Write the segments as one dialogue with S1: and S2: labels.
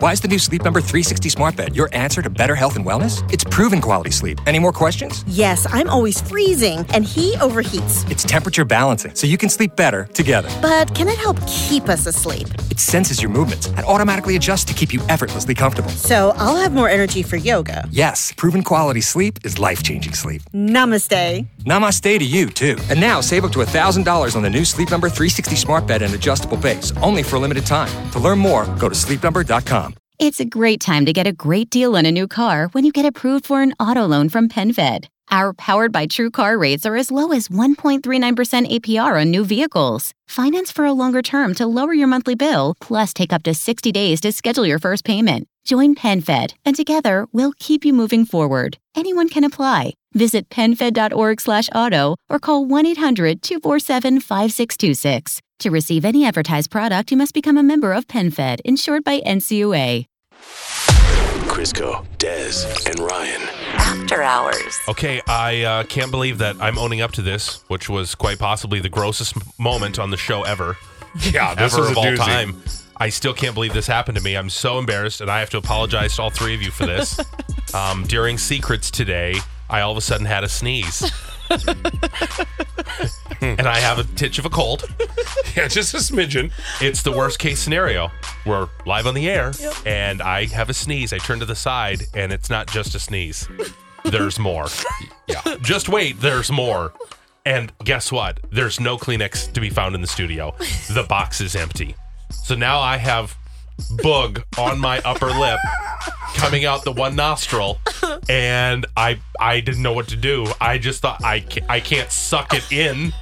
S1: Why is the new Sleep Number 360 smart bed your answer to better health and wellness? It's proven quality sleep. Any more questions?
S2: Yes, I'm always freezing, and he overheats.
S1: It's temperature balancing, so you can sleep better together.
S2: But can it help keep us asleep?
S1: It senses your movements and automatically adjusts to keep you effortlessly comfortable.
S2: So I'll have more energy for yoga.
S1: Yes, proven quality sleep is life changing sleep.
S2: Namaste.
S1: Namaste to you, too. And now save up to $1,000 on the new Sleep Number 360 smart bed and adjustable base, only for a limited time. To learn more, go to sleepnumber.com.
S3: It's a great time to get a great deal on a new car when you get approved for an auto loan from PenFed. Our powered by True Car rates are as low as 1.39% APR on new vehicles. Finance for a longer term to lower your monthly bill, plus take up to 60 days to schedule your first payment. Join PenFed, and together we'll keep you moving forward. Anyone can apply. Visit penfed.org/auto or call 1-800-247-5626. To receive any advertised product, you must become a member of PenFed, insured by NCUA.
S4: Crisco, Dez, and Ryan.
S5: After hours.
S6: Okay, I uh, can't believe that I'm owning up to this, which was quite possibly the grossest m- moment on the show ever,
S7: Yeah, this
S6: ever
S7: was
S6: of
S7: a
S6: all
S7: doozy.
S6: time. I still can't believe this happened to me. I'm so embarrassed, and I have to apologize to all three of you for this. um, during secrets today, I all of a sudden had a sneeze, and I have a titch of a cold.
S7: Yeah, just a smidgen.
S6: It's the worst case scenario. We're live on the air, and I have a sneeze. I turn to the side, and it's not just a sneeze. There's more.
S7: Yeah.
S6: Just wait, there's more. And guess what? There's no Kleenex to be found in the studio. The box is empty. So now I have bug on my upper lip coming out the one nostril and I I didn't know what to do. I just thought I can't, I can't suck it in.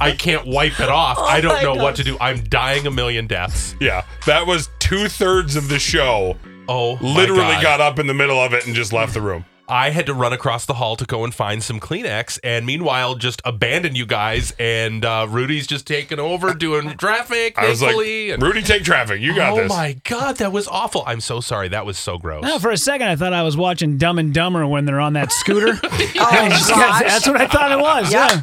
S6: I can't wipe it off. I don't know what to do. I'm dying a million deaths.
S7: Yeah, that was two thirds of the show.
S6: Oh, my
S7: Literally
S6: God.
S7: got up in the middle of it and just left the room.
S6: I had to run across the hall to go and find some Kleenex, and meanwhile, just abandon you guys. And uh, Rudy's just taking over, doing traffic.
S7: I was like,
S6: thankfully, and-
S7: Rudy, take traffic. You got
S6: oh
S7: this.
S6: my god, that was awful. I'm so sorry. That was so gross.
S8: No, for a second I thought I was watching Dumb and Dumber when they're on that scooter. I just-
S5: gosh.
S8: that's what I thought it was. Yeah.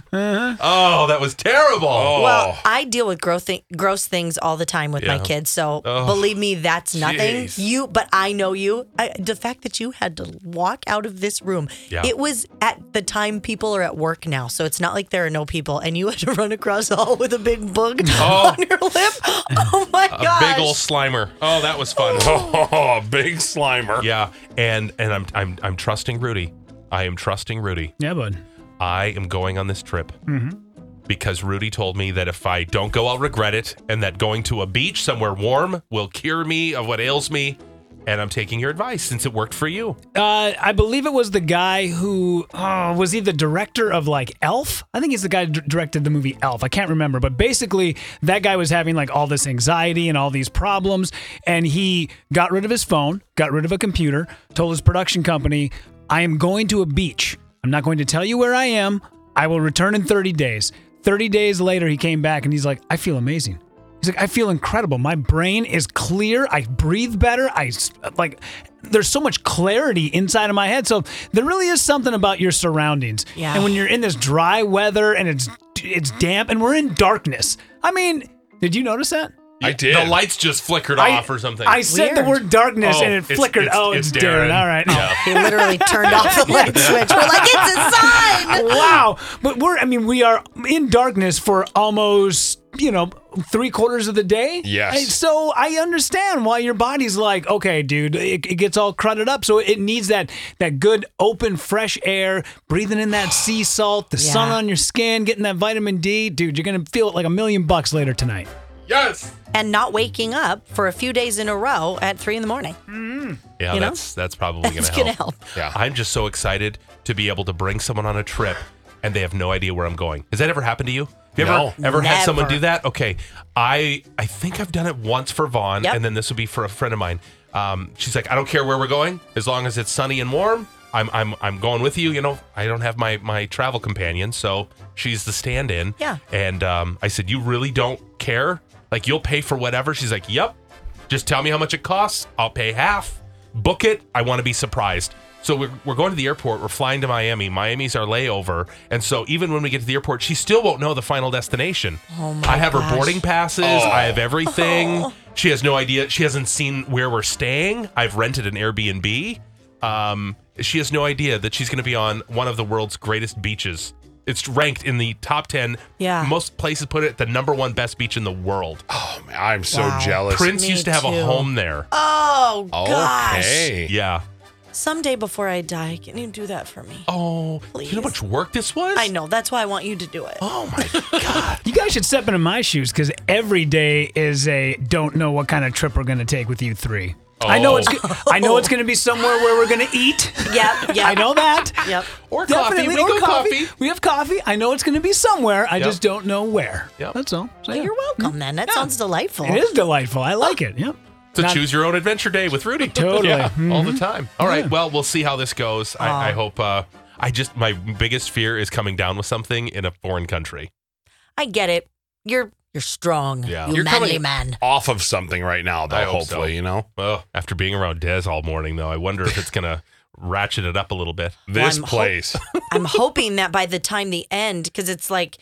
S6: oh, that was terrible.
S7: Oh.
S5: Well, I deal with gross, thi- gross things all the time with my
S6: Oh. Yeah. Oh.
S5: kids, so believe me, that's nothing.
S6: jeez.
S5: You, but I know you. I, the fact that you had to walk out of this room,
S6: Yeah.
S5: it was at the time people are at work now, so it's not like there are no people, and you had to run across the hall with a big bug
S6: Oh.
S5: on your lip. Oh my
S6: a
S5: gosh!
S6: big ol' slimer. Oh, that was fun.
S7: Oh, big slimer.
S6: yeah, and and I'm I'm I'm trusting Rudy. I am trusting Rudy.
S8: Yeah, bud.
S6: I am going on this trip
S5: Mm-hmm.
S6: because Rudy told me that if I don't go, I'll regret it, and that going to a beach somewhere warm will cure me of what ails me. And I'm taking your advice since it worked for you.
S8: Uh, I believe it was the guy who oh, was he the director of like Elf? I think he's the guy who d- directed the movie Elf. I can't remember, but basically that guy was having like all this anxiety and all these problems, and he got rid of his phone, got rid of a computer, told his production company, "I am going to a beach. I'm not going to tell you where I am. I will return in 30 days." 30 days later, he came back and he's like, "I feel amazing." He's like, I feel incredible. My brain is clear. I breathe better. I s- like, there's so much clarity inside of my head. So there really is something about your surroundings.
S5: Yeah.
S8: And when you're in this dry weather and it's it's damp and we're in darkness. I mean, did you notice that?
S7: I did.
S6: The lights just flickered off or something.
S8: I said the
S5: Weird.
S8: word darkness
S6: Oh,
S8: and it
S6: it's-
S8: flickered.
S6: it's-
S8: oh,
S6: it's
S8: it's,
S6: Darren.
S8: Darren. All right.
S5: He literally turned off the light switch. We're like, it's a sign.
S8: wow. But we're, I mean, we are in darkness for almost, you know, three quarters of the day.
S7: Yes.
S8: I- so I understand why your body's like, okay, dude, it, it gets all crudted up. So it needs that that good, open, fresh air, breathing in that sea salt, the sun
S5: Yeah.
S8: on your skin, getting that vitamin D. Dude, you're going to feel like a million bucks later tonight.
S6: yes.
S5: And not waking up for a few days in a row at three in the morning.
S6: Yeah,
S5: You know?
S6: that's that's probably gonna
S5: That's
S6: help.
S5: gonna help.
S6: Yeah, I'm just so excited to be able to bring someone on a trip and they have no idea where I'm going. Has that ever happened to you? Have you
S7: No.
S6: ever ever had someone
S5: Never.
S6: do that? Okay, I I think I've done it once for Vaughn,
S5: Yep.
S6: and then this would be for a friend of mine. Um, she's like, I don't care where we're going, as long as it's sunny and warm. I'm I'm I'm going with you. You know, I don't have my my travel companion, so she's the stand-in.
S5: Yeah.
S6: And um, I said, you really don't care? Like you'll pay for whatever? She's like, yep. Just tell me how much it costs. I'll pay half. Book it. I want to be surprised. So we're, we're going to the airport. We're flying to Miami. Miami's our layover. And so even when we get to the
S5: Oh
S6: airport, she still won't know the final destination. Oh my I have her boarding passes. I have everything. She has no idea. She hasn't seen where we're staying. I've rented an Airbnb. Um, she has no idea that she's going to be on one of the world's greatest beaches. It's ranked in the top 10.
S5: Yeah.
S6: Most places put it the number one best beach in the world.
S7: Oh, man, I'm so
S5: Wow.
S7: jealous.
S6: Prince
S5: Me
S6: used to have
S5: too.
S6: a home there.
S5: Oh, gosh.
S7: okay.
S6: Yeah.
S5: Someday before I die, can you do that for me?
S6: Oh, you know how
S5: Please.
S6: much work this was?
S5: I know. That's why I want you to do it.
S6: Oh my god.
S8: You guys should step into my shoes because every day is a don't know what kind of trip we're gonna take with you three. I know it's. go- I know it's gonna be somewhere where we're gonna eat.
S5: Yep. Yep.
S8: I know that.
S5: Yep.
S6: Or coffee.
S8: Definitely,
S6: We
S8: or
S6: go
S8: coffee.
S6: coffee.
S8: We have coffee. I know it's gonna be somewhere. I
S6: Yep.
S8: just don't know where.
S6: Yep.
S8: That's all. So, yeah. Mm.
S5: You're welcome then. That sounds delightful.
S8: It is delightful. I like it. Yep.
S6: So
S8: Not-
S6: choose your own adventure day with Rudy.
S8: Totally.
S6: Yeah, all the time. All right. Well, we'll see how this goes. I, I hope. Uh, I just my biggest fear is coming down with something in a foreign country.
S5: I get it. You're you're strong.
S6: Yeah.
S5: You
S6: You're
S5: manly
S6: coming-
S5: man.
S7: Off of something right now, though,
S6: I hope so.
S7: hopefully, you know?
S6: Well, after being around Dez all morning, though, I wonder if it's gonna ratchet it up a little bit.
S7: This
S5: I'm ho-
S7: place.
S5: I'm hoping that by the time the end, because it's like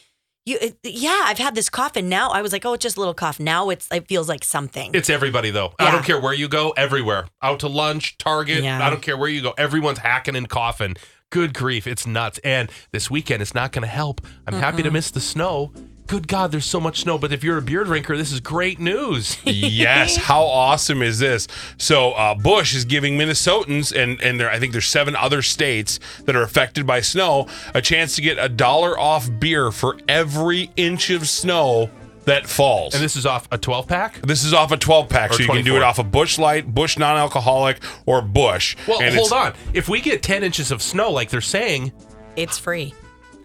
S5: you. It, yeah, I've had this cough, and now I was like, oh, it's just a little cough. Now it's it feels like something.
S6: It's everybody though. I
S5: Yeah.
S6: don't care where you go. Everywhere, out to lunch, Target.
S5: Yeah.
S6: I don't care where you go. Everyone's hacking and coughing. Good grief, it's nuts. And this weekend, it's not going to help. I'm happy to miss the snow. Good God, there's so much snow. But if you're a beer drinker, this is great news.
S7: yes. How awesome is this? So uh, Bush is giving Minnesotans and and there I think there's seven other states that are affected by snow a chance to get a dollar off beer for every inch of snow that falls.
S6: And this is off a 12 pack?
S7: This is off a 12 pack,
S6: Or
S7: so you can do
S6: 24.
S7: it off a Bush Light, Bush non alcoholic, or Bush.
S6: Well,
S7: And
S6: hold
S7: it's-
S6: on. If we get 10 inches of snow, like they're saying,
S5: it's free.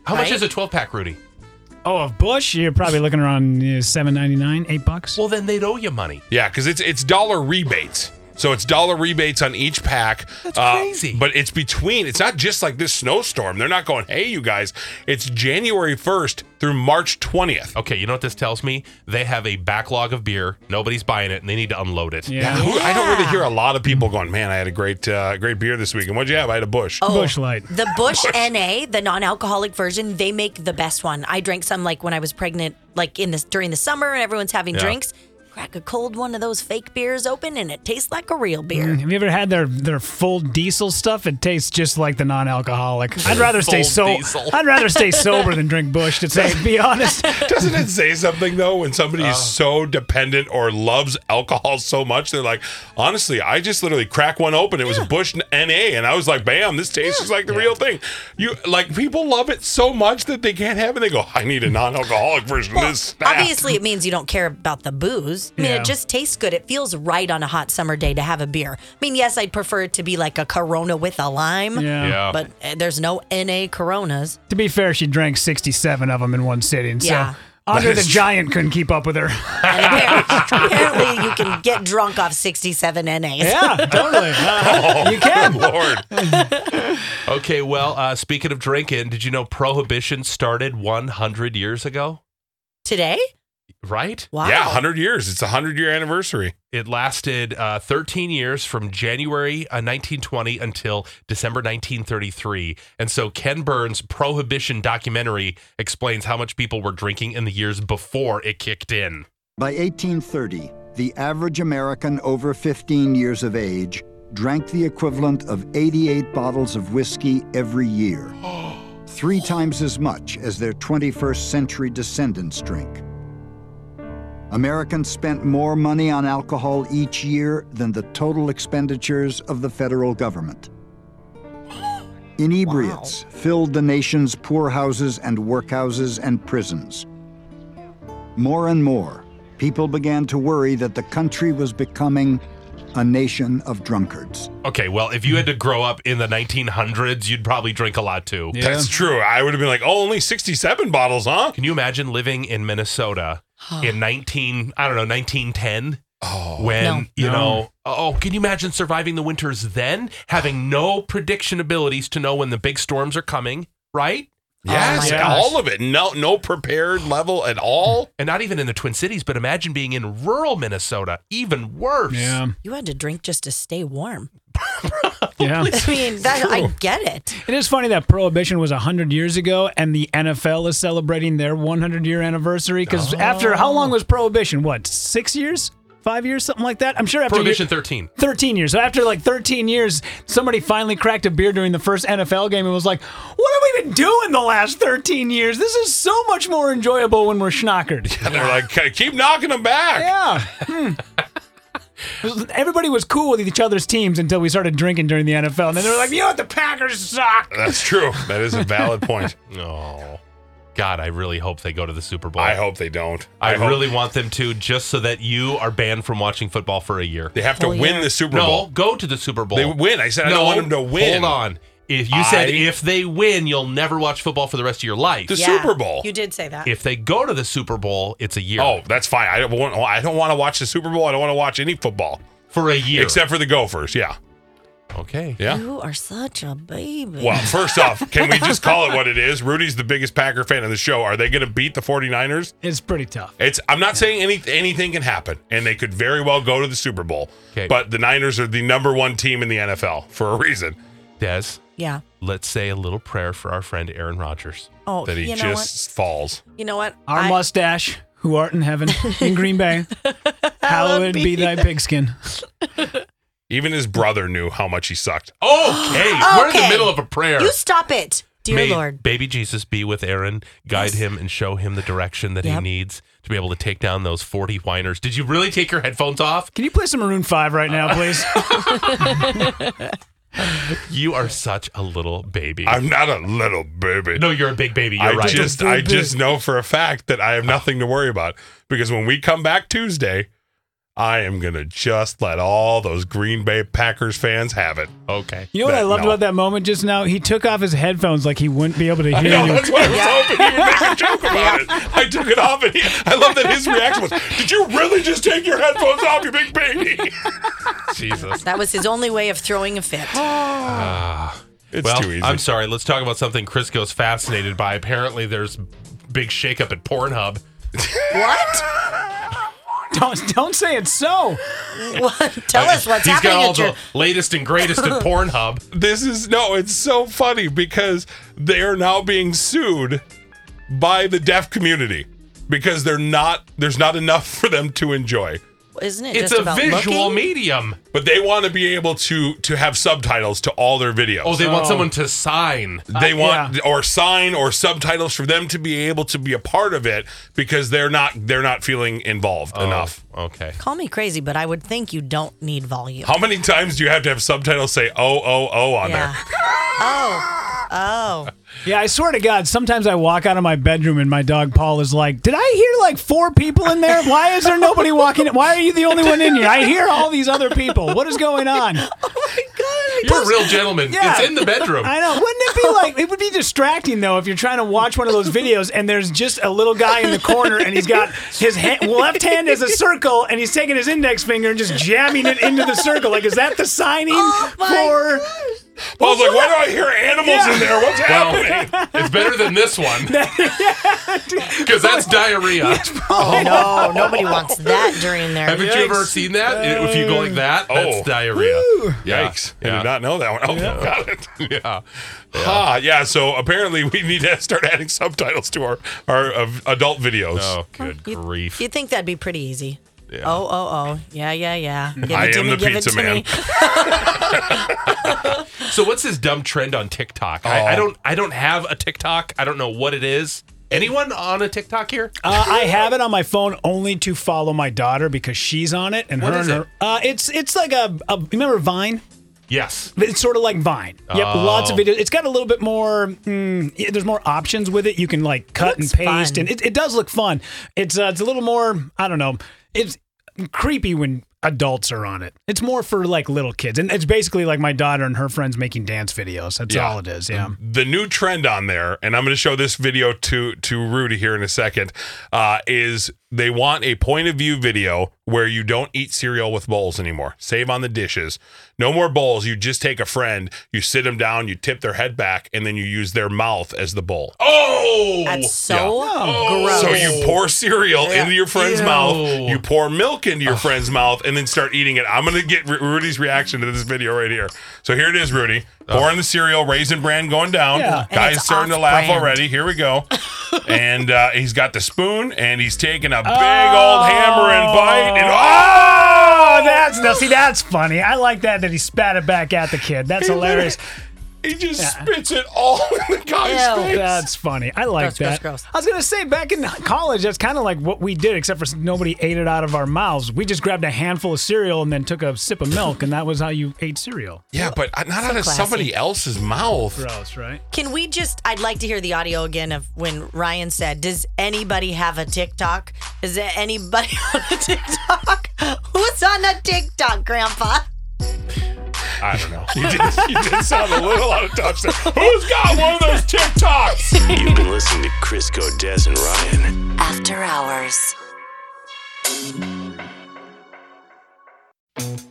S6: how much
S5: Right?
S6: is a 12 pack, Rudy?
S8: Oh, of Bush, you're probably looking around uh, seven ninety nine, eight bucks.
S6: Well, then they'd owe you money.
S7: Yeah, because it's it's dollar rebates. So it's dollar rebates on each pack. That's
S6: crazy.
S7: But it's between. It's not just like this snowstorm. They're not going, hey, you guys. It's January 1st through March 20th.
S6: Okay, you know what this tells me? They have a backlog of beer. Nobody's buying it, and they need to unload it.
S8: yeah.
S7: Who- I don't really hear a lot of people going, man, I had a great uh, great beer this week. And what'd you have? I had a Bush.
S5: Oh,
S8: Bush Light.
S5: The Bush, NA, the non-alcoholic version, they make the best one. I drank some like when I was pregnant, like in this during the summer, and everyone's having
S6: Yeah.
S5: drinks. Crack a cold one of those fake beers open, and it tastes like a real beer.
S8: Have you ever had their their full diesel stuff? It tastes just like the non-alcoholic. I'd rather stay so.
S6: Full diesel.
S8: I'd rather stay sober than drink Bush. To say, be honest.
S7: Doesn't it say something though when somebody
S6: Uh.
S7: is so dependent or loves alcohol so much they're like, honestly, I just literally crack one open. It was a Bush NA, and I was like, bam, this tastes just like the real thing. You like people love it so much that they can't have it. They go, I need a non-alcoholic version of this. Snap.
S5: Obviously, it means you don't care about the booze. I mean,
S8: Yeah.
S5: it just tastes good. It feels right on a hot summer day to have a beer. I mean, yes, I'd prefer it to be like a Corona with a lime,
S8: Yeah.
S6: Yeah.
S5: but uh, there's no NA Coronas.
S8: To be fair, she drank 67 of them in one sitting.
S5: Yeah.
S8: So Andre the Giant couldn't keep up with her.
S5: And apparently, apparently you can get drunk off 67 NAs.
S8: yeah, totally. Uh, you can.
S7: Oh, Lord.
S6: Okay, well, uh, speaking of drinking, did you know Prohibition started 100 years ago?
S5: Today?
S6: Right?
S5: Wow.
S7: Yeah, hundred years. It's a hundred year anniversary.
S6: It lasted uh, 13 years from January uh, 1920 until December 1933. And so Ken Burns' Prohibition documentary explains how much people were drinking in the years before it kicked in.
S9: By 1830, the average American over 15 years of age drank the equivalent of 88 bottles of whiskey every year, three times as much as their 21st century descendants drink. Americans spent more money on alcohol each year than the total expenditures of the federal government. Inebriates filled the nation's poorhouses and workhouses and prisons. More and more, people began to worry that the country was becoming a nation of drunkards.
S6: Okay, well, if you had to grow up in the 1900s, you'd probably drink a lot too.
S7: That's true. I would have been like, oh, only sixty-seven bottles, huh?
S6: Can you imagine living in Minnesota in 19, I don't know, 1910? Oh, when,
S5: No.
S6: you know, oh, can you imagine surviving the winters then? Having no prediction abilities to know when the big storms are coming, right?
S7: Yes,
S5: Oh my
S7: all of it. No, no prepared level at all.
S6: And not even in the Twin Cities, but imagine being in rural Minnesota, even worse.
S8: Yeah.
S5: You had to drink just to stay warm.
S8: Yeah.
S5: I mean, that, I get it.
S8: It is funny that Prohibition was 100 years ago and the NFL is celebrating their 100 year anniversary because after how long was Prohibition? What, six years? five years, something like that. I'm sure after
S6: Prohibition
S8: year-
S6: 13.
S8: 13 years. So after like 13 years, somebody finally cracked a beer during the first NFL game and was like, "What have we been doing the last 13 years? This is so much more enjoyable when we're schnockered."
S7: And they're like, "Hey, keep knocking them back.
S8: Yeah. Hmm. Everybody was cool with each other's teams until we started drinking during the NFL, and then they were like, "You know what? The Packers suck."
S7: That's true. That is a valid point.
S6: Oh, God, I really hope they go to the Super Bowl.
S7: I hope they don't.
S6: I,
S7: hope
S6: really want them to, just so that you are banned from watching football for a year.
S7: they have to
S5: Oh,
S7: win
S5: yeah.
S7: the Super
S6: no,
S7: Bowl.
S6: go to the Super Bowl.
S7: They win. I said I don't want them to win.
S6: Hold on. If you said
S7: I-
S6: if they win, you'll never watch football for the rest of your life.
S7: The Super Bowl.
S5: You did say that.
S6: If they go to the Super Bowl, it's a year.
S7: Oh, that's fine. I don't want. I don't want to watch the Super Bowl. I don't want to watch any football
S6: for a year.
S7: except for the Gophers. Yeah.
S6: okay.
S7: Yeah.
S5: You are such a baby.
S7: Well, first off, can we just call it what it is? Rudy's the biggest Packer fan of the show. Are they going to beat the 49ers?
S8: It's pretty tough.
S7: It's I'm not saying any anything can happen and they could very well go to the Super Bowl.
S6: 'Kay.
S7: But the Niners are the number 1 team in the NFL for a reason
S6: Des,
S5: yeah.
S6: let's say a little prayer for our friend Aaron Rodgers.
S5: Oh,
S7: that he
S5: you know
S7: just falls.
S5: what? You know what?
S8: Our
S5: I-
S8: mustache, who art in heaven, in Green Bay, hallowed be thy pigskin.
S7: Even his brother knew how much he sucked.
S6: Okay, we're in the
S5: Okay.
S6: middle of a prayer.
S5: You stop it, dear
S6: May
S5: Lord.
S6: baby Jesus be with Aaron, guide him and show him the direction that he
S5: Yep.
S6: needs to be able to take down those 40 whiners. Did you really take your headphones off?
S8: Can you play some Maroon Five right now, please?
S6: You are such a little baby.
S7: I'm not a little baby.
S6: no, you're a big baby. You're
S7: I
S6: right.
S7: just I just know for a fact that I have nothing to worry about because when we come back Tuesday, I am going to just let all those Green Bay Packers fans have it.
S6: okay.
S8: You know what I
S7: That-
S8: loved
S7: no.
S8: about that moment just now? He took off his headphones like he wouldn't be able to hear
S7: No,
S8: you.
S7: that's what I was hoping he would make a joke about it. I took it off, and he, I love that his reaction was, "Did you really just take your headphones off, you big baby?"
S6: Jesus.
S5: That was his only way of throwing a fit.
S7: It's
S6: well,
S7: too easy.
S6: I'm sorry. Let's talk about something Crisco's fascinated by. Apparently, there's big shakeup at Pornhub.
S8: Don't, don't say it's so.
S5: Well, Tell us what's
S6: Uh, He's
S5: happening
S6: got all
S5: at your.
S6: the latest and greatest at Pornhub.
S7: this is no. It's so funny because they are now being sued by the deaf community because they're not. There's not enough for them to enjoy.
S5: Isn't it
S6: It's
S5: just
S6: a
S5: about
S6: visual
S5: looking?
S6: medium.
S7: But they want to be able to to have subtitles to all their videos.
S6: Oh, they want someone to sign.
S7: they
S8: Uh,
S7: want
S8: yeah.
S7: or sign or subtitles for them to be able to be a part of it because they're not they're not feeling involved
S6: Oh.
S7: enough.
S6: Okay.
S5: Call me crazy, but I would think you don't need volume.
S7: How many times do you have to have subtitles say "oh oh oh" on
S5: yeah. oh. Oh.
S8: Yeah, I swear to God, sometimes I walk out of my bedroom and my dog Paul is like, Did I hear like four people in there? Why is there nobody walking? in? Why are you the only one in here? I hear all these other people. What is going on?
S6: You're a real gentleman.
S8: Yeah.
S6: It's in the bedroom.
S8: I know. Wouldn't it be like, it would be distracting though if you're trying to watch one of those videos and there's just a little guy in the corner and he's got his hand, left hand is a circle and he's taking his index finger and just jamming it into the circle. Like, is that the signing for.
S7: there? Paul's like, "Why do I hear animals in there? What's happening?"
S6: It's better than this one. Because that's diarrhea.
S5: Oh, no. Nobody wants that during their.
S6: Haven't you ever seen that? It- if you go like that, that's
S7: Oh.
S6: diarrhea. Yeah.
S7: Yikes! I
S6: Yeah.
S7: did not know that one. Oh, got it.
S6: Yeah.
S7: Ah, yeah. So apparently, we need to start adding subtitles to our our uh, adult videos.
S6: Oh, good grief.
S5: You'd think that'd be pretty easy. Oh, oh, oh. Yeah, yeah, yeah. Give
S7: I
S5: it to
S7: am
S5: me,
S7: the
S5: give it
S7: pizza
S5: to
S7: man.
S5: me.
S6: So what's this dumb trend on TikTok? I, I don't I don't have a TikTok. I don't know what it is. Anyone on a TikTok here?
S8: Uh, I have it on my phone only to follow my daughter because she's on it, and
S6: What
S8: her
S6: is
S8: and her. Uh, it's it's like a, a you remember Vine.
S6: Yes.
S8: It's sort of like Vine. Yep, lots of videos. It's got a little bit more. Mm, yeah, there's more options with it. You can like cut and
S5: looks
S8: paste,
S5: fun.
S8: and it, it does look fun. It's uh, it's a little more. I don't know. It's creepy when adults are on it. It's more for like little kids, and it's basically like my daughter and her friends making dance videos. That's
S7: Yeah. Mm-hmm.
S8: all it is. Yeah.
S7: the new trend on there, and I'm going to show this video to to Rudy here in a second, uh, is they want a point of view video where you don't eat cereal with bowls anymore. Save on the dishes. No more bowls. You just take a friend, you sit them down, you tip their head back, and then you use their mouth as the bowl.
S6: Oh
S5: That's so gross.
S7: So you pour cereal into your friend's
S6: Ew.
S7: mouth, you pour milk into your friend's mouth, and then start eating it. I'm gonna get Ru- Rudy's reaction to this video right here. So here it is, Rudy pouring the cereal, raisin bran going down.
S8: Yeah.
S5: And
S7: Guy's
S5: it's
S7: starting to laugh
S5: off-brand.
S7: already. Here we go, and uh, he's got the spoon, and he's taking a big old hammer and bite. And
S8: Oh,
S7: oh,
S8: that's now. See, that's funny. I like that that he spat it back at the kid. That's hilarious.
S7: He just spits it all in the guy's
S2: Ew.
S7: face.
S8: That's funny. I like
S2: Gross, gross,
S8: that.
S2: gross.
S8: I was gonna say back in college, that's kind of like what we did, except for nobody ate it out of our mouths. We just grabbed a handful of cereal and then took a sip of milk, and that was how you ate cereal.
S7: Yeah, but not out of
S2: classy.
S7: somebody else's mouth.
S8: Gross, right?
S2: Can we just? I'd like to hear the audio again of when Ryan said, "Does anybody have a TikTok? Is there anybody on a TikTok? Who's on a TikTok, Grandpa?"
S7: I don't know. You did, you did sound a little out of touch there. Who's got one of those TikToks?
S10: You've been listening to Crisco, Des, and Ryan.
S4: After Hours.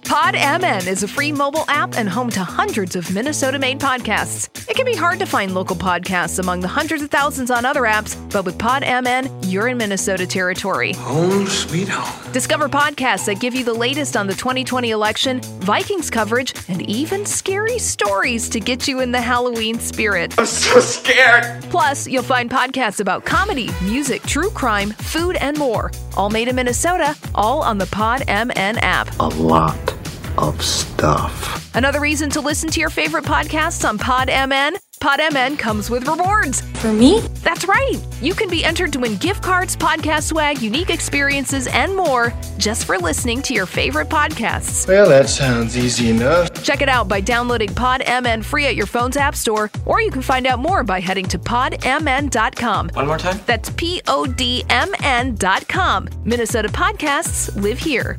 S5: Pod MN is a free mobile app and home to hundreds of Minnesota made podcasts. It can be hard to find local podcasts among the hundreds of thousands on other apps, but with Pod MN, you're in Minnesota territory.
S10: Home sweet home.
S5: Discover podcasts that give you the latest on the 2020 election, Vikings coverage, and even scary stories to get you in the Halloween spirit.
S10: I'm so scared.
S5: Plus, you'll find podcasts about comedy, music, true crime, food, and more. All made in Minnesota, all on the Pod MN app.
S4: A lot of stuff.
S5: Another reason to listen to your favorite podcasts on PodMN? PodMN comes with rewards.
S4: For me?
S5: That's right. You can be entered to win gift cards, podcast swag, unique experiences, and more just for listening to your favorite podcasts.
S4: Well, that sounds easy enough.
S5: Check it out by downloading PodMN free at your phone's app store, or you can find out more by heading to podmn.com.
S10: One more time.
S5: That's P O D M N dot com. Minnesota podcasts live here.